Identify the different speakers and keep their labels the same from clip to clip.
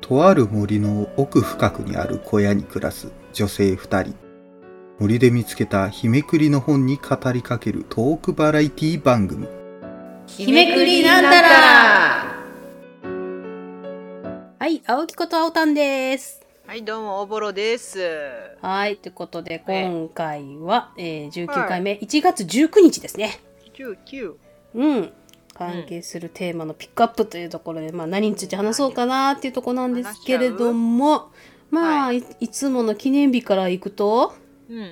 Speaker 1: とある森の奥深くにある小屋に暮らす女性2人森で見つけた日めくりの本に語りかけるトークバラエティ番組
Speaker 2: 日めくりなんたらはい、青木こと青たんです。
Speaker 3: はい、どうも、おぼろです。
Speaker 2: はい、ということで、今回は、えー、19回目、1月19日ですね。
Speaker 3: 19。
Speaker 2: うん。関係するテーマのピックアップというところで、まあ何について話そうかなっていうところなんですけれども、まあ、、
Speaker 3: はい
Speaker 2: いつもの記念日から行くと、
Speaker 3: うんうんうん。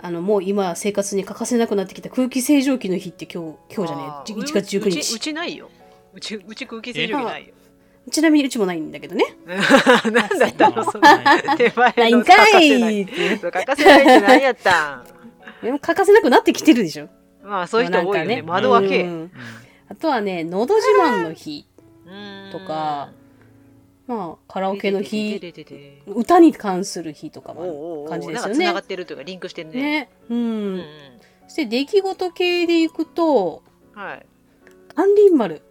Speaker 2: あの、もう今生活に欠かせなくなってきた空気清浄機の日って今日、今日じゃね
Speaker 3: あ
Speaker 2: え、
Speaker 3: ー
Speaker 2: 1月19
Speaker 3: うち、う
Speaker 2: 日。
Speaker 3: ちないよ。うち、うち空気清浄機ないよ。
Speaker 2: ちなみにうちもないんだけどね。
Speaker 3: なんだったの、その手
Speaker 2: な
Speaker 3: 前
Speaker 2: い
Speaker 3: の
Speaker 2: ん
Speaker 3: 欠か
Speaker 2: か
Speaker 3: せない。
Speaker 2: い
Speaker 3: 欠かせないって何やったん。
Speaker 2: でも欠かせなくなってきてるでしょ。
Speaker 3: まあ、そういう人多いよね。
Speaker 2: まあ
Speaker 3: 窓開
Speaker 2: う
Speaker 3: け。
Speaker 2: んあとはね、のど自慢の日、
Speaker 3: うん
Speaker 2: とか、まあ、カラオケの日、
Speaker 3: ててててて
Speaker 2: 歌に関する日とか
Speaker 3: おうおう
Speaker 2: も
Speaker 3: おう
Speaker 2: 感じで
Speaker 3: なん
Speaker 2: すよ
Speaker 3: か繋が
Speaker 2: ね
Speaker 3: っ。てるというか、リンクしてんね。
Speaker 2: ね。う。
Speaker 3: うんうんん
Speaker 2: そして、出来事系でいくと、
Speaker 3: はい。
Speaker 2: 関林丸。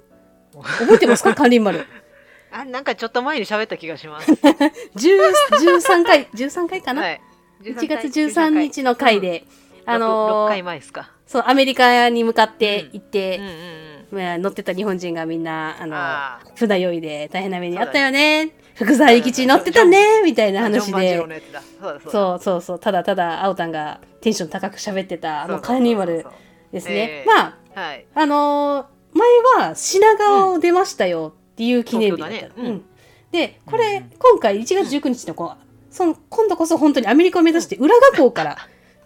Speaker 2: 覚えて ますか関林丸。
Speaker 3: あ、なんかちょっと前に喋った気がします。
Speaker 2: 10 13回、13回かな、
Speaker 3: はい。
Speaker 2: ?1 月13日の回で、あ
Speaker 3: あの
Speaker 2: の
Speaker 3: 6
Speaker 2: ー
Speaker 3: 回前ですか。
Speaker 2: そう、アメリカに向かって行っ
Speaker 3: う
Speaker 2: て
Speaker 3: んうん、うん。
Speaker 2: まあ、乗ってた日本人がみんな、あの
Speaker 3: あー
Speaker 2: 船酔いで大変な目にあったよね。福沢諭吉乗ってたね、みたいな話
Speaker 3: ジョン万次
Speaker 2: で
Speaker 3: 郎。のやつだ。そうだそうだ。
Speaker 2: そうそうそう、ただただ、あおたんがテンション高く喋ってた、あの、カ
Speaker 3: カ
Speaker 2: ーニバルです
Speaker 3: え
Speaker 2: ね。
Speaker 3: え
Speaker 2: まあ、
Speaker 3: はい。
Speaker 2: あのー前は品川を出ましたよっていう記念日だった
Speaker 3: うん東京
Speaker 2: の。
Speaker 3: だねうん
Speaker 2: うんで、こ
Speaker 3: う
Speaker 2: れ
Speaker 3: ん、
Speaker 2: 今回1月19日の子は、その、今度こそ本当にアメリカを目指して浦賀港から、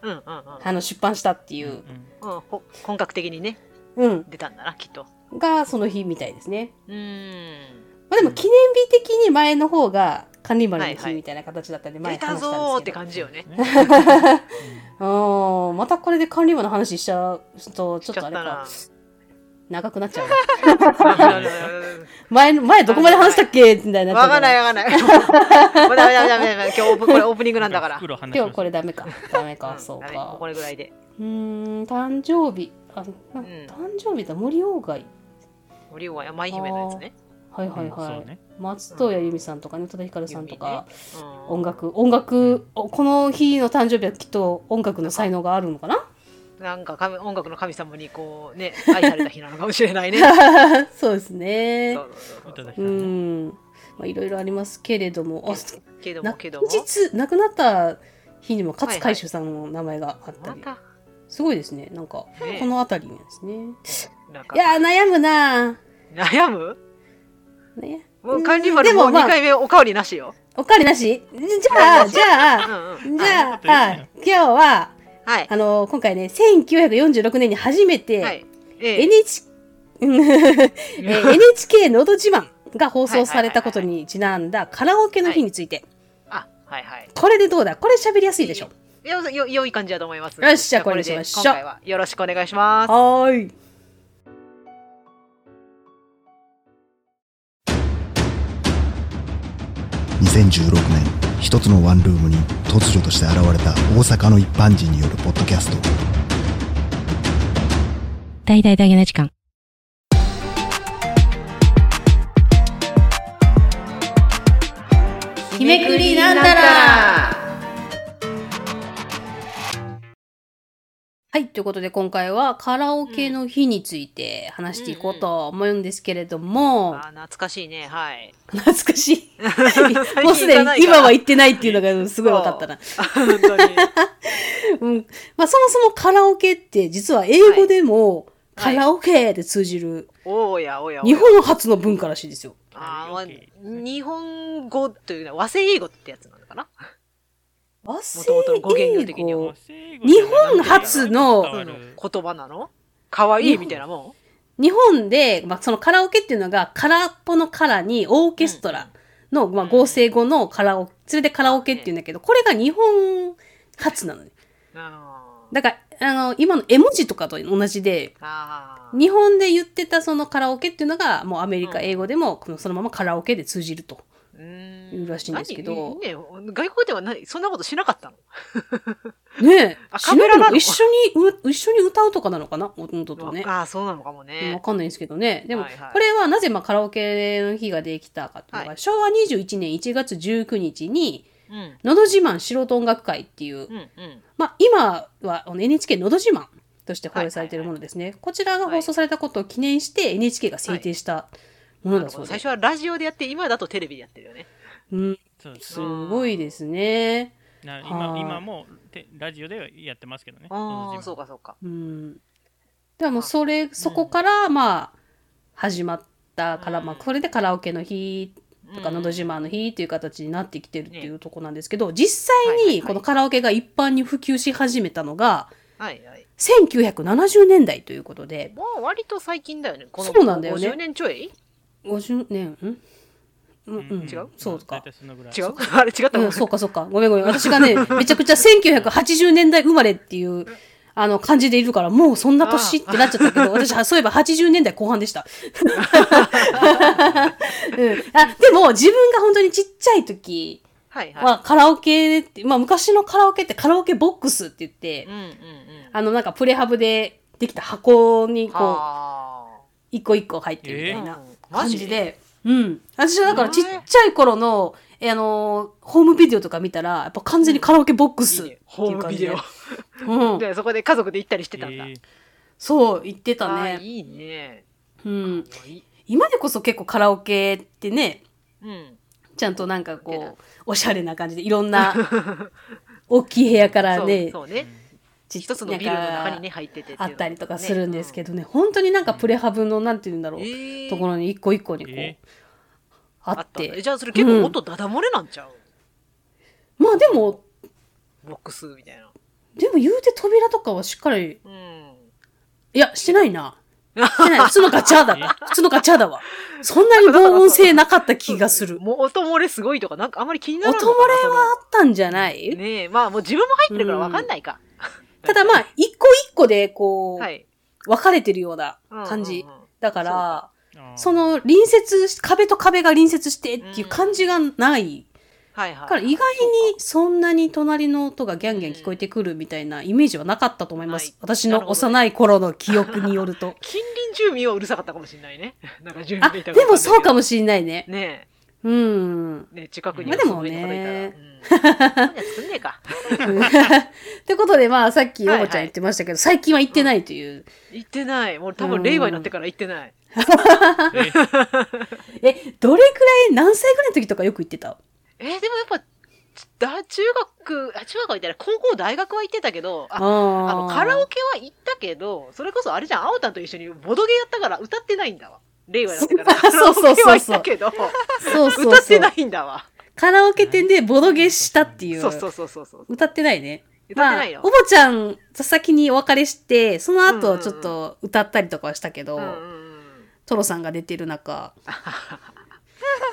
Speaker 3: うんうんうん。
Speaker 2: あの、出版したっていう、
Speaker 3: うん、ほ本格的にね、
Speaker 2: うん、
Speaker 3: 出たんだな、きっと。
Speaker 2: がその日みたいですね。
Speaker 3: うーん。
Speaker 2: まあでも記念日的に前の方が、管理丸の
Speaker 3: はいは
Speaker 2: 日
Speaker 3: い
Speaker 2: みたいな形だったんで、前
Speaker 3: 出
Speaker 2: 話した
Speaker 3: た
Speaker 2: んですけど。
Speaker 3: ぞーって感じよね。
Speaker 2: うんまたこれで管理部の話しちゃうと、ち
Speaker 3: し
Speaker 2: ょ
Speaker 3: ち
Speaker 2: っと
Speaker 3: ゃ
Speaker 2: あ
Speaker 3: っ
Speaker 2: れ
Speaker 3: たな
Speaker 2: か、。長くなっちゃうな。
Speaker 3: わ
Speaker 2: 前の、前どこまで話したっけみたいになっちゃう。
Speaker 3: かんないわかんない。もうダメダメダメ ダメ。今日オープンこれオープニングなんだから。
Speaker 2: 今日これダメか。ダメか、そう
Speaker 3: ダメも
Speaker 2: か
Speaker 3: うこ。れぐらいで。
Speaker 2: うーん、誕生日。あ、
Speaker 3: う
Speaker 2: な
Speaker 3: ん
Speaker 2: 誕生日だ、森鴎外。
Speaker 3: 森は山井姫のやつね。
Speaker 2: はいはい
Speaker 4: うん
Speaker 2: は
Speaker 4: そう
Speaker 2: い
Speaker 4: ね。
Speaker 2: 松任谷由実さんとかね、宇多田ヒカルさんとか、
Speaker 3: うん
Speaker 2: 音。楽、音楽、おこの日の誕生日はきっと音楽の才能があるのかな
Speaker 3: なんか神音楽の神様にこうね、愛された日なのかもしれ ないね。
Speaker 2: そうですね
Speaker 3: そ。うそうそうそう
Speaker 2: うーん。まあいろいろありますけれども、あ、
Speaker 3: けど
Speaker 2: な
Speaker 3: もけども
Speaker 2: 後。日亡くなった日にも
Speaker 3: はいは
Speaker 2: 勝
Speaker 3: い
Speaker 2: 海舟さんの名前があった
Speaker 3: ま
Speaker 2: り、
Speaker 3: た。
Speaker 2: すごいですねなんか
Speaker 3: ね
Speaker 2: この辺りにですね
Speaker 3: なん
Speaker 2: い
Speaker 3: か
Speaker 2: やー悩むなー
Speaker 3: 悩む
Speaker 2: ね
Speaker 3: も
Speaker 2: うん
Speaker 3: う管理丸
Speaker 2: でも
Speaker 3: もう
Speaker 2: まあ
Speaker 3: 2回目おかわりなしよ。
Speaker 2: おかわりなしじゃあじゃあ
Speaker 3: うんうん
Speaker 2: じゃあ
Speaker 4: あありが
Speaker 2: 今日は
Speaker 3: はい
Speaker 2: あ。のー今回ね1946年に初めて、
Speaker 3: はい。ええ
Speaker 2: NHK うんえー NHK のど自慢が放送されたことにちなんだカラオケの日について、
Speaker 3: あ、はいはい。
Speaker 2: これでどうだこれ喋りやすいでしょ
Speaker 3: よ、よ、良い感じだと思います。
Speaker 2: よっしゃ
Speaker 3: あ
Speaker 2: これに
Speaker 3: で
Speaker 2: しましょう
Speaker 3: 今回はよろしくお願いします。
Speaker 2: はーい
Speaker 5: 2016年一つのワンルームに突如として現れた大阪の一般人によるポッドキャスト
Speaker 6: 大々大げな時間。
Speaker 2: 日めくりなんたらはい、ということで今回はカラオケの日について話していこうと思うんですけれども、
Speaker 3: あ、懐かしいね。 はい。
Speaker 2: 懐かしい。
Speaker 3: 最
Speaker 2: もう
Speaker 3: 近行
Speaker 2: すで
Speaker 3: か
Speaker 2: に
Speaker 3: ないから
Speaker 2: 今は行ってないっていうのがすごい分かったな。
Speaker 3: 本当に。
Speaker 2: うん。まあそもそもカラオケって実は英語でもカ
Speaker 3: はい
Speaker 2: ラオケで通じる
Speaker 3: おやおやおや。
Speaker 2: 日本初の文化らしいですよ。
Speaker 3: あー、まあ日本語というのは和製英語ってやつなのかな
Speaker 2: 和製
Speaker 3: ともとの語源量的に
Speaker 2: 英
Speaker 3: は
Speaker 2: 語日本初の
Speaker 3: 言葉なの可愛いみたいなもん
Speaker 2: 日本で、まあ、そのカラオケっていうのが空っぽのカラにオーケストラの、まあ、合成語のカラオケそれでカラオケっていうんだけどこれが日本初なのね
Speaker 3: あー
Speaker 2: だからあの今の絵文字とかと同じで
Speaker 3: あー。
Speaker 2: 日本で言ってたそのカラオケっていうのがもうアメリカ
Speaker 3: うん
Speaker 2: 英語でもこのそのままカラオケで通じると
Speaker 3: うーん
Speaker 2: 言うらしいんですけど
Speaker 3: 何ね、外国ではない、そんなことしなかったの
Speaker 2: ねえ
Speaker 3: あ、
Speaker 2: しな
Speaker 3: カメララ
Speaker 2: い
Speaker 3: ボ
Speaker 2: 一緒にう、一緒に歌うとかなのかなもともとね。
Speaker 3: ああ、そうなのかも
Speaker 2: わ
Speaker 3: ね。
Speaker 2: かんないんですけどね。でも、
Speaker 3: はいはい
Speaker 2: これはなぜまあカラオケの日ができたかというのが、
Speaker 3: は
Speaker 2: 昭和21年1月19日に、
Speaker 3: うん。うん
Speaker 2: のど自慢素人音楽会っていう、
Speaker 3: うん。
Speaker 2: まあ今はあの NHK のど自慢として放映されているものですね。こちらが放送されたことを記念して NHK が制定したもの
Speaker 3: なる
Speaker 2: だ
Speaker 3: ほ
Speaker 2: そ
Speaker 3: ど
Speaker 2: う
Speaker 3: 最
Speaker 2: で
Speaker 3: 初
Speaker 2: す。
Speaker 3: はラジオでやって、今だとテレビでやってるよね。
Speaker 2: うん、
Speaker 4: そうです
Speaker 2: すごいですね。
Speaker 4: な
Speaker 2: は
Speaker 4: 今
Speaker 2: い
Speaker 4: 今もてラジオではやってますけどね。
Speaker 3: あ
Speaker 4: の
Speaker 3: あ、
Speaker 4: ど
Speaker 3: そう
Speaker 4: 自慢
Speaker 3: かそうか。
Speaker 2: うん、ではもうそれそこからまあ始まったから、まあそれでカラオケの日とか「のど自慢の日」っていう形になってきてるっていうとこなんですけど実
Speaker 3: はい
Speaker 2: 際
Speaker 3: はい
Speaker 2: に
Speaker 3: はい
Speaker 2: このカラオケが一般に普及し始めたのが
Speaker 3: はいはい。
Speaker 2: 1970年代ということで
Speaker 3: まあ割と最近だよね。この
Speaker 2: そうなんだよね
Speaker 3: 50年ちょい
Speaker 2: 50年ん、うんうん、
Speaker 4: ん
Speaker 3: 違う
Speaker 2: そうか
Speaker 4: 大。体そのぐらい
Speaker 3: 違う あれ違った
Speaker 2: う
Speaker 3: の
Speaker 2: ん、そうかそうか。ごめんごめん。私がね、 めちゃくちゃ1980年代生まれっていう、あの、感じでいるから、もうそんな年ってなっちゃったけど、私は、そういえば80年代後半 でした。うん、あでも、自分が本当にちっちゃい時
Speaker 3: はいはい。
Speaker 2: は、カラオケって、まあ昔のカラオケってカラオケボックスって言って
Speaker 3: うん、うんうん。
Speaker 2: あの、なんかプレハブでできた箱に、こう、
Speaker 3: あ
Speaker 2: 一個一個入ってるみた
Speaker 3: ー
Speaker 2: い
Speaker 4: え
Speaker 2: な。
Speaker 3: うんマ
Speaker 2: 感
Speaker 3: ジ
Speaker 2: じで、うん。私はだからちっちゃい頃の、えーあのー、ホームビデオとか見たら、やっぱ完全にカラオケボック
Speaker 3: い
Speaker 2: スっ
Speaker 3: い
Speaker 2: てい
Speaker 3: ね
Speaker 2: う
Speaker 3: ホーム
Speaker 2: 感
Speaker 3: ビ
Speaker 2: じで。
Speaker 3: デオ。
Speaker 2: うん。
Speaker 3: で、そこで家族で行ったりして
Speaker 4: え
Speaker 3: たんだ。
Speaker 4: ー
Speaker 2: そう、言って
Speaker 3: あ
Speaker 2: た
Speaker 3: ー
Speaker 2: ね。
Speaker 3: いいね。
Speaker 2: うん。
Speaker 3: あいい
Speaker 2: 今でこそ結構カラオケってね、
Speaker 3: うん。
Speaker 2: ちゃんとなんかこう、おしゃれな感じで、いろんな、大きい部屋からね、
Speaker 3: そうそうね。
Speaker 2: ち
Speaker 3: 一つのビルの中にね、入っててていうの
Speaker 2: あ
Speaker 3: がね。
Speaker 2: ったりとかするんですけ
Speaker 3: ど。
Speaker 2: どね、本当になんかプレハブの、なんて言うんだろう、
Speaker 3: えー
Speaker 2: ところに一個一個にこう、
Speaker 4: え
Speaker 2: あ
Speaker 3: あ
Speaker 2: っ
Speaker 3: ったんだえ
Speaker 2: て。
Speaker 3: じゃあそれ結構音ダダ漏れなんちゃう
Speaker 2: まあでも、
Speaker 3: ボックスみたいな。
Speaker 2: でも言うて扉とかはしっかり
Speaker 3: うん。
Speaker 2: いや、してないな。してない。普通のガチャだ わ。普通のガチャだわ。そんなに防音性なかった気がす る。
Speaker 3: もう音漏れすごいとか、なんかあんまり気にな
Speaker 2: 音漏
Speaker 3: らな
Speaker 2: れ
Speaker 3: い。
Speaker 2: はあったんじゃない、
Speaker 3: ねえ、まあもう自分も入ってるからわかんないか。
Speaker 2: ただまあ、一個一個でこ う、
Speaker 3: はい。
Speaker 2: 分かれてるような
Speaker 3: うん
Speaker 2: 感じ。
Speaker 3: うんうん
Speaker 2: だから、
Speaker 4: あー
Speaker 2: その隣接し、壁と壁が隣接してっていう感じがない。
Speaker 3: はいはい。
Speaker 2: だから意外にそんなに隣の音がギャンギャン聞こえてくるみたいなイメージはなかったと思いま
Speaker 3: な
Speaker 2: す。
Speaker 3: い
Speaker 2: 私
Speaker 3: な
Speaker 2: の
Speaker 3: るほどね。
Speaker 2: 幼い頃の記憶によると
Speaker 3: 近隣住民はうるさかったかもしれないね。 なんか住民
Speaker 2: あ、
Speaker 3: がいた
Speaker 2: で
Speaker 3: ら
Speaker 2: もそうかもしれないね。
Speaker 3: ね
Speaker 2: うん。
Speaker 3: え、ねえ近くに
Speaker 2: まあでもね
Speaker 3: 遊びに来た方いたら。 うん。作んねえか。
Speaker 2: ってことで、まあ、さっき、よ
Speaker 3: はいはい
Speaker 2: もちゃん言ってましたけど、最近は行ってないという。
Speaker 3: 行ってない。もう多分令和になってから行ってない。
Speaker 2: え、どれくらい、何歳ぐらいの時とかよく行ってた
Speaker 3: えーでもやっぱ、だ中学、あ中学は行ってない。高校、大学は行ってたけど、あ、あの、カラオ
Speaker 2: ケ
Speaker 3: ケは行ったけど、それこそあれじゃん、あおたんと一緒にボドゲやったから歌ってないんだわ。令和になってから。
Speaker 2: そう
Speaker 3: カラオケ
Speaker 2: そうそうそう
Speaker 3: は行ったけど、
Speaker 2: そうそうそう。
Speaker 3: 歌ってないんだわ。
Speaker 2: カラオケ店でボドゲしたっていう。
Speaker 3: そうそうそうそうそう。
Speaker 2: 歌ってないね。
Speaker 3: 歌ってないよ
Speaker 2: まあ、お。ぼちゃんと先にお別れして、その
Speaker 3: うんうん
Speaker 2: 後
Speaker 3: うん
Speaker 2: ちょっと歌ったりとかはしたけど、
Speaker 3: うんうんうん
Speaker 2: トロさんが出てる中。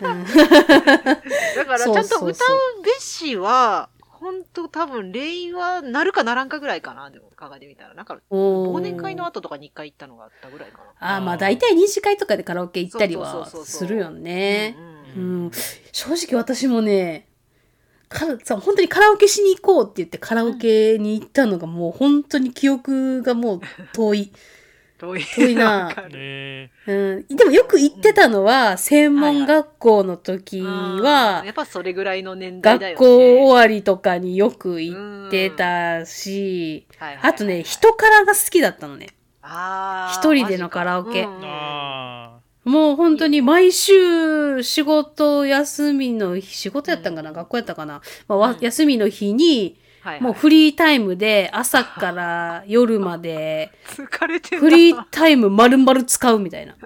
Speaker 2: うん
Speaker 3: だからちゃ
Speaker 2: そうんそう
Speaker 3: と
Speaker 2: そう
Speaker 3: 歌うべしは、本当多分、令和なるかならんかぐらいかな、でも考えてみたら。なんか、忘年会の後とかに一回行ったのがあったぐらいかな。
Speaker 2: ああ、まあ大体二次会とかでカラオケ行ったりは
Speaker 3: そうそうそうそう
Speaker 2: するよね
Speaker 3: う。んうん
Speaker 2: うん、正直私もね、かさ本当にカラオケしに行こうって言ってカラオケに行ったのがもう本当に記憶がもう遠い。
Speaker 3: 遠い。
Speaker 2: 遠いな
Speaker 3: わかる
Speaker 4: え
Speaker 2: うん、でもよく行ってたのは、専門学校の時は
Speaker 3: うんや、っぱそれぐらいの年代だよね。
Speaker 2: 学校終わりとかによく行
Speaker 3: 行
Speaker 2: って、たし、
Speaker 3: はいはいはい
Speaker 2: あとね、、人からが好きだったのね。
Speaker 3: あー
Speaker 2: 一人でのカラオケ
Speaker 3: マジかうん
Speaker 4: ー、あ
Speaker 2: もう本当に毎週仕事休みの日、仕事やったんかな、
Speaker 3: うん
Speaker 2: 学校やったかな、まあわ
Speaker 3: うん
Speaker 2: 休みの日に、
Speaker 3: はいはい
Speaker 2: もうフリータイムで朝から夜 まで
Speaker 3: 疲れてる
Speaker 2: フリータイム丸々使うみたい な。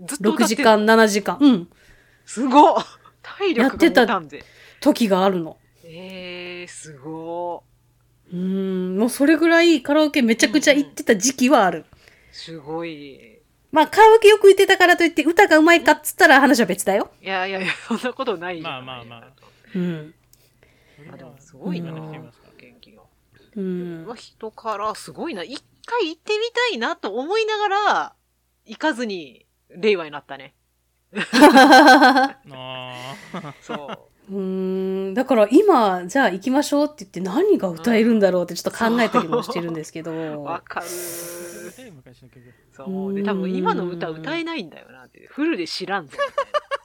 Speaker 3: ずっと歌って
Speaker 2: 6時間、7時間。うん。
Speaker 3: すごっ体力が持たんで
Speaker 2: 時があるの。
Speaker 3: えー、すごっ
Speaker 2: うーん。もうそれぐらいカラオケめちゃくちゃ行ってた時期はある。
Speaker 3: すごい
Speaker 2: まあカラオケよく行ってたからといって歌がうまいかっつったら話は別だよ。
Speaker 3: いやいやいやそんなことないよ
Speaker 4: まあまあまあ
Speaker 2: うん。
Speaker 4: ー
Speaker 3: あでもすごいな、
Speaker 2: うん
Speaker 3: 元気が
Speaker 2: う
Speaker 3: うんわ。人からすごいな一回行ってみたいなと思いながら行かずに令和になったね
Speaker 4: あー
Speaker 3: そう
Speaker 2: うーんだから今じゃあ行きましょうって言って何が歌えるんだろうってちょっと考えたりもしてるんですけど
Speaker 3: わかる
Speaker 4: 昔の曲。
Speaker 3: そうで多分今の歌歌えないんだよなってフルで知らんぞ、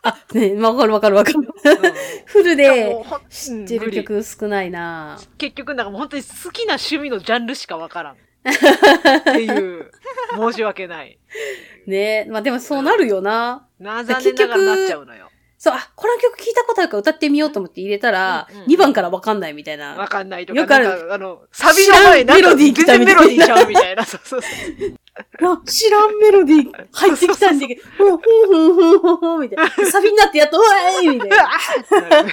Speaker 2: あねわかるわかるわか るフルで
Speaker 3: 知
Speaker 2: 知ってる曲少ないな
Speaker 3: 結局なんかもう本当に好きな趣味のジャンルしかわからんっていう申し訳ない
Speaker 2: ねまあでもそうなるよな
Speaker 3: な残念ながらなっちゃうのよ
Speaker 2: そうあこの曲聴いたことあるから歌ってみようと思って入れたら、
Speaker 3: うんうん
Speaker 2: 2番からわかんないみたいな
Speaker 3: わかんないと
Speaker 2: よ
Speaker 3: か
Speaker 2: くある
Speaker 3: なんかあのサビの前
Speaker 2: 知
Speaker 3: な
Speaker 2: らん
Speaker 3: んか
Speaker 2: メロディー来
Speaker 3: 全
Speaker 2: た
Speaker 3: 然
Speaker 2: み
Speaker 3: メ
Speaker 2: たい
Speaker 3: ロ
Speaker 2: な
Speaker 3: ディーちゃうみたいなそうそうそう
Speaker 2: あ知らんメロディー入ってきたんだけど、ふんふんふんふんふんみたいな。サビになってやっと、うわーいみたいう
Speaker 3: わ
Speaker 2: な
Speaker 3: ーってなるわ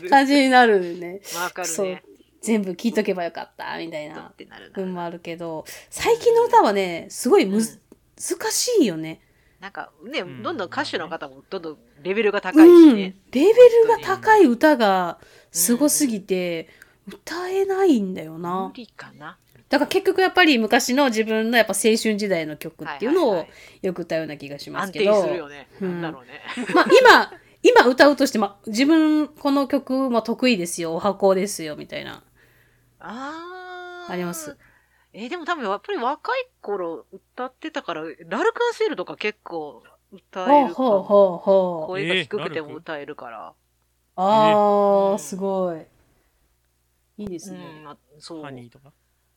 Speaker 3: か
Speaker 2: 感じになるんでね。
Speaker 3: るわかる
Speaker 2: そう
Speaker 3: ね。
Speaker 2: 全部聴いとけばよかった、みたい
Speaker 3: ドン
Speaker 2: な
Speaker 3: っ。てなるな
Speaker 2: うん、もあるけど、最近の歌はね、すごいむず、難しいよね。
Speaker 3: なんかね、
Speaker 4: うん
Speaker 3: どんどん歌手の方もどんどんレベルが高
Speaker 2: う
Speaker 3: いし
Speaker 2: ん。
Speaker 3: ね
Speaker 2: レ。ベルが高い歌がすごすぎて、歌えないんだよ
Speaker 3: 無
Speaker 2: な。
Speaker 3: 理かな。
Speaker 2: だから結局やっぱり昔の自分のやっぱ青春時代の曲っていうの
Speaker 3: はは
Speaker 2: を
Speaker 3: は
Speaker 2: よく歌うような気がします
Speaker 3: 安
Speaker 2: け
Speaker 3: 定
Speaker 2: ど。
Speaker 3: するよね。
Speaker 2: う
Speaker 3: なんんだろうね。
Speaker 2: まあ今、今歌うとして、まあ自分この曲も得意ですよ、お箱ですよ、みたいな。
Speaker 3: あー
Speaker 2: あります。
Speaker 3: えーでも多分やっぱり若い頃歌ってたから、ラルクアンセールとか結構歌
Speaker 2: ほ
Speaker 3: え
Speaker 2: う
Speaker 3: るか
Speaker 2: ほう
Speaker 3: も。
Speaker 2: ほうほう。
Speaker 3: 声が低くて
Speaker 4: えーラル
Speaker 3: も
Speaker 4: ク
Speaker 3: 歌えるから。
Speaker 2: あ
Speaker 3: う
Speaker 2: あ、
Speaker 3: ん
Speaker 2: すごい。いいです
Speaker 3: う
Speaker 2: ね。
Speaker 3: ん、あそう
Speaker 4: ハ。ニーとか。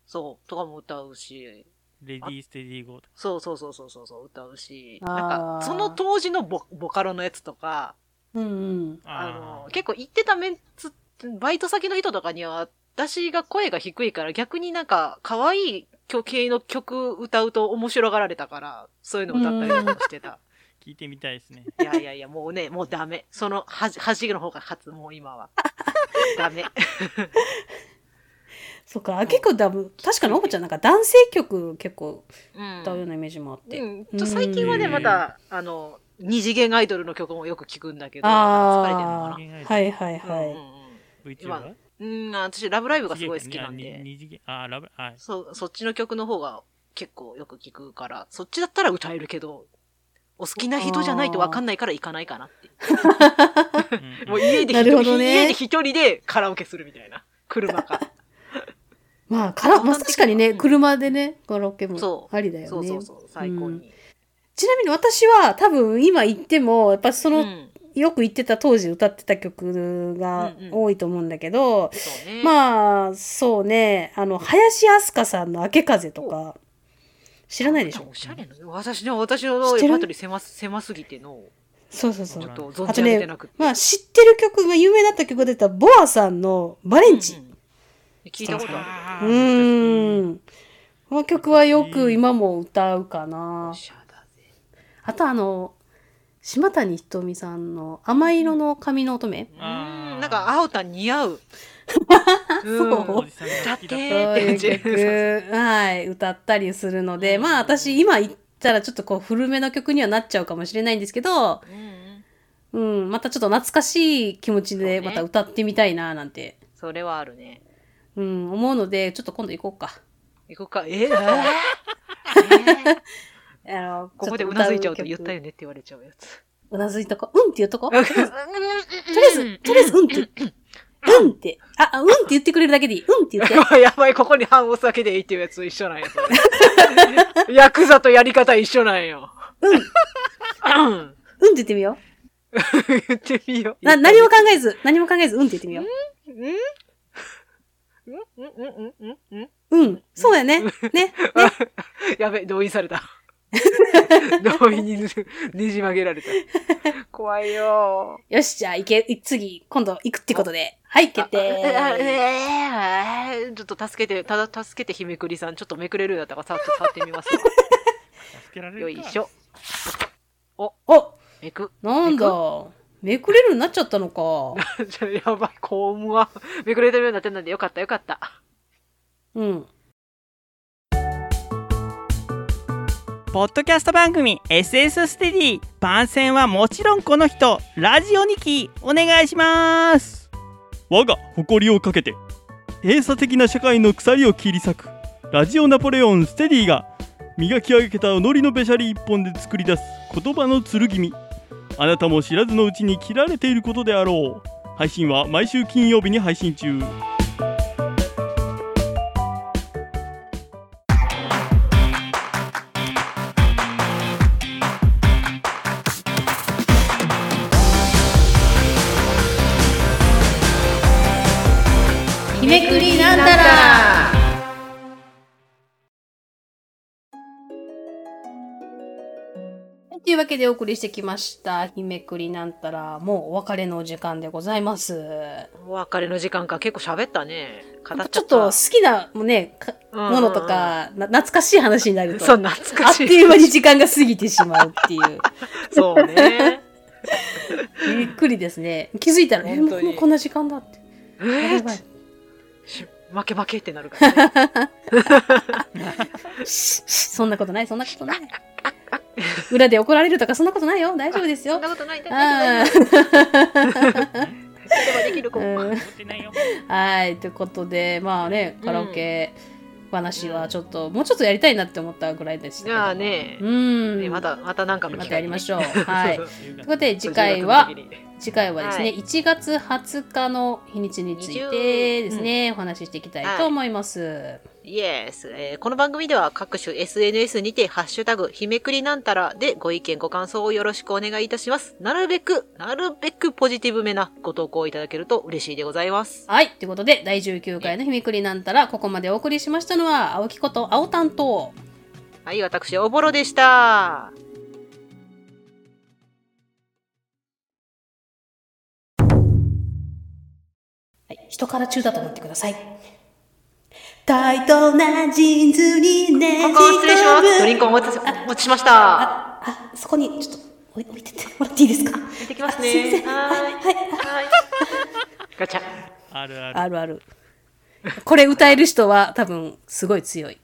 Speaker 3: そう。とかも歌うし。
Speaker 4: レディーステディーゴーとか。
Speaker 3: そうそうそうそうそうそう歌うし。
Speaker 2: あー
Speaker 3: なんか、その当時のボボカロのやつとか、
Speaker 2: うんうん。
Speaker 3: あの、結構行ってたメンツ、バイト先の人とかには、私が声が低いから逆になんか、可愛い曲系の曲歌うと面白がられたから、そういうの歌ったりとかしてた。
Speaker 4: 聞いてみたいですね。
Speaker 3: いやいやいや、もうね、もうダメ。その恥、恥の方が勝つ、もう 今は。ダメ。
Speaker 2: そっか、結構だぶ、確かにおぼちゃんなんか男性曲結構
Speaker 3: うん
Speaker 2: 歌うようなイメージもあって。
Speaker 3: うんちょ最近はね、
Speaker 4: うん
Speaker 3: また、あの、二次元アイドルの曲もよく聞くんだけど、疲れてるの
Speaker 2: あ
Speaker 3: か
Speaker 2: あ、はいはい
Speaker 3: な。
Speaker 2: は
Speaker 3: うん
Speaker 2: い。
Speaker 3: 今
Speaker 4: VTuber?
Speaker 3: うんうん、うん、私、ラブライブがすごい好きなん
Speaker 4: いや
Speaker 3: で
Speaker 4: に。二次元あー、ラブ、はい。
Speaker 3: そそっちの曲の方が結構よく聞くから、そっちだったら歌えるけど、お好きな人じゃないとわかんないから行かないかなって。
Speaker 4: う ん
Speaker 3: もう家で
Speaker 2: な
Speaker 3: 一
Speaker 2: る
Speaker 3: 人
Speaker 2: ほど、ね
Speaker 3: 家で一人でカラオケするみたいな。車 か。
Speaker 2: まあ、から、まあ確かにね、
Speaker 3: うん
Speaker 2: 車でね、カラオケも
Speaker 3: そう
Speaker 2: ありだよね。
Speaker 3: そうそうそう、最高に。
Speaker 2: ちなみに私は多分今行っても、やっぱそうの
Speaker 3: ん、
Speaker 2: よく言ってた当時歌ってた曲が
Speaker 3: うんうん
Speaker 2: 多いと思うんだけど、
Speaker 3: そうね。あ、
Speaker 2: まあそうねあの林飛鳥さんの「明け風」とか知らないでしょ
Speaker 3: おしゃれなの私の、私の
Speaker 2: 知っ
Speaker 3: レ
Speaker 2: てる
Speaker 3: パートリー狭す狭すぎての、
Speaker 2: そうそう
Speaker 3: ち
Speaker 2: そ
Speaker 3: ょ
Speaker 2: う
Speaker 3: っと
Speaker 2: あ
Speaker 3: 存
Speaker 2: と
Speaker 3: じ上げて
Speaker 2: ね
Speaker 3: なくて。
Speaker 2: まあ知ってる曲が有名だった曲が出たボアさんの「バレンチ」
Speaker 3: うんうん聞いたことあ
Speaker 2: うーんこの曲はよく今も歌うか
Speaker 3: る。
Speaker 2: な
Speaker 3: おしゃだぜ。
Speaker 2: あとあの島谷ひとみさんの「甘い色の髪の乙女
Speaker 3: うん、
Speaker 4: あー
Speaker 3: なんか、青田似合う。
Speaker 2: そう
Speaker 4: おじさんが好きだ
Speaker 3: だ
Speaker 2: そう
Speaker 4: っ」
Speaker 3: って
Speaker 4: た
Speaker 2: いう
Speaker 3: 全然
Speaker 2: 曲はい歌ったりするので
Speaker 3: うん
Speaker 2: まあ私今言ったらちょっとこう古めの曲にはなっちゃうかもしれないんですけど
Speaker 3: うんうん。
Speaker 2: うん、またちょっと懐かしい気持ち
Speaker 3: そうね
Speaker 2: でまた歌ってみたいななんて、
Speaker 3: それはあるね。
Speaker 2: うん、思うので、ちょっと今度行こうか。
Speaker 3: 行こうか。えー、 えー
Speaker 2: あの、
Speaker 3: ここでうなずいちゃうと言
Speaker 2: 言
Speaker 3: ったよねって言われちゃうやつ。
Speaker 2: うなずいとこ。うんって言うとこ。とり
Speaker 3: と
Speaker 2: あえず、とりあえずうんって言って。うんって。あ、あうんって言ってくれるだけでいい。うんって言って。
Speaker 3: やばい、ここに半押すだけでいいっていうやつと一緒なんや。そ れヤクザとやり方一緒なんよ。うん。
Speaker 2: うんって言ってみよ
Speaker 3: 言ってみよう。
Speaker 2: う。な、何も考えず、何も考えず、うんって言ってみよ
Speaker 3: うんうんうんうんうんうん
Speaker 2: う。うん。そうだよね。ね。
Speaker 3: やべ、動員された。動員にねじ曲げられた。怖いよ
Speaker 2: よし、じゃあ、行け、次、今度行くってことで。はい、決
Speaker 3: あ
Speaker 2: 定。
Speaker 3: えーちょっと助けて、ただ助けてひめくりさん、ちょっとめくれるようだったから、さっと触ってみます。
Speaker 4: 助けられる
Speaker 3: よ
Speaker 4: か
Speaker 3: いし。ょ。
Speaker 2: お、
Speaker 3: めく。
Speaker 2: なんだ。めくれるようになっちゃったのか。
Speaker 3: ちょやばい、幸運は。 めくれてるようになってんなんで、よかった、よかった。
Speaker 2: うん。
Speaker 7: ポッドキャスト番組 SS ステディ番宣はもちろんこの人ラジオに期お願いします
Speaker 8: 我が誇りをかけて閉鎖的な社会の鎖を切り裂くラジオナポレオンステディが磨き上げた己のべしゃり一本で作り出す言葉の剣にあなたも知らずのうちに切られていることであろう配信は毎週金曜日に配信中
Speaker 2: 日めくりなんたらというわけでお送りしてきました。日めくりなんたら、もうお別れのお時間でございます。
Speaker 3: お別れの時間か、結構喋ったね。語っちゃった
Speaker 2: ちょっ と好きなもね、かものと、か、な懐かしい話にな
Speaker 3: うんうんう
Speaker 2: る
Speaker 3: んそ
Speaker 2: と。
Speaker 3: う、懐
Speaker 2: あ
Speaker 3: か
Speaker 2: っ
Speaker 3: し
Speaker 2: と
Speaker 3: い。
Speaker 2: いう間に時間が過ぎてしまうっていう。
Speaker 3: そうね。
Speaker 2: びっくりですね。気づいたら、え、
Speaker 3: 本
Speaker 2: も
Speaker 3: 当
Speaker 2: う
Speaker 3: に
Speaker 2: もうこんな時間だって。
Speaker 3: え
Speaker 2: や
Speaker 3: ー
Speaker 2: ばい
Speaker 3: ってし 負け負けってなるから、ね。
Speaker 2: シッシッそんなことない、そんなことない。裏で怒られるとか、そんなことないよ。大丈夫です
Speaker 3: そん
Speaker 2: よ。
Speaker 3: なことない。大
Speaker 2: あ
Speaker 3: 丈夫大丈夫。言葉できる子。
Speaker 2: うん
Speaker 4: 思ってないよ。
Speaker 2: はい、ということで、まあね、カラオケ話はちょっと、もうちょっとやりたいなって思ったぐらいで
Speaker 3: い
Speaker 2: したけど。
Speaker 3: やーね
Speaker 2: う、ん。
Speaker 3: ねまた、またなんかの
Speaker 2: ま
Speaker 3: 機
Speaker 2: たや
Speaker 3: 会
Speaker 2: り
Speaker 3: に
Speaker 2: ま
Speaker 3: ね
Speaker 2: しょう。はい。ということで、次回
Speaker 3: そ
Speaker 2: は
Speaker 3: う、16
Speaker 2: 次回はですね、
Speaker 3: はい
Speaker 2: 1月20日の日にちについてですね、お話ししていきたいと思います。
Speaker 3: イエス、えーこの番組では各種 SNS にて、ハッシュタグ、日めくりなんたらでご意見、ご感想をよろしくお願いいたします。なるべく、なるべくポジティブめなご投稿いただけると嬉しいでございます。
Speaker 2: はい。ということで、第19回の日めくりなんたら、ここまでお送りしましたのは、青木こと青担当。
Speaker 3: はい、私、おぼろでした。
Speaker 2: はい、人から中だと思ってください。タイトなジーンズにね
Speaker 3: こ
Speaker 2: じ
Speaker 3: こ失礼します。ドリンクお
Speaker 2: 込む
Speaker 3: 持ちお持ちしました。
Speaker 2: あ、あ、そこにちょっと置い置いてってもらっていいですか
Speaker 3: 行ってきます
Speaker 2: あすいませ
Speaker 3: ね。
Speaker 2: ん
Speaker 3: はーい。はい。ガチャ。
Speaker 4: あるある。
Speaker 2: あるある。これ歌える人は多分すごい強い。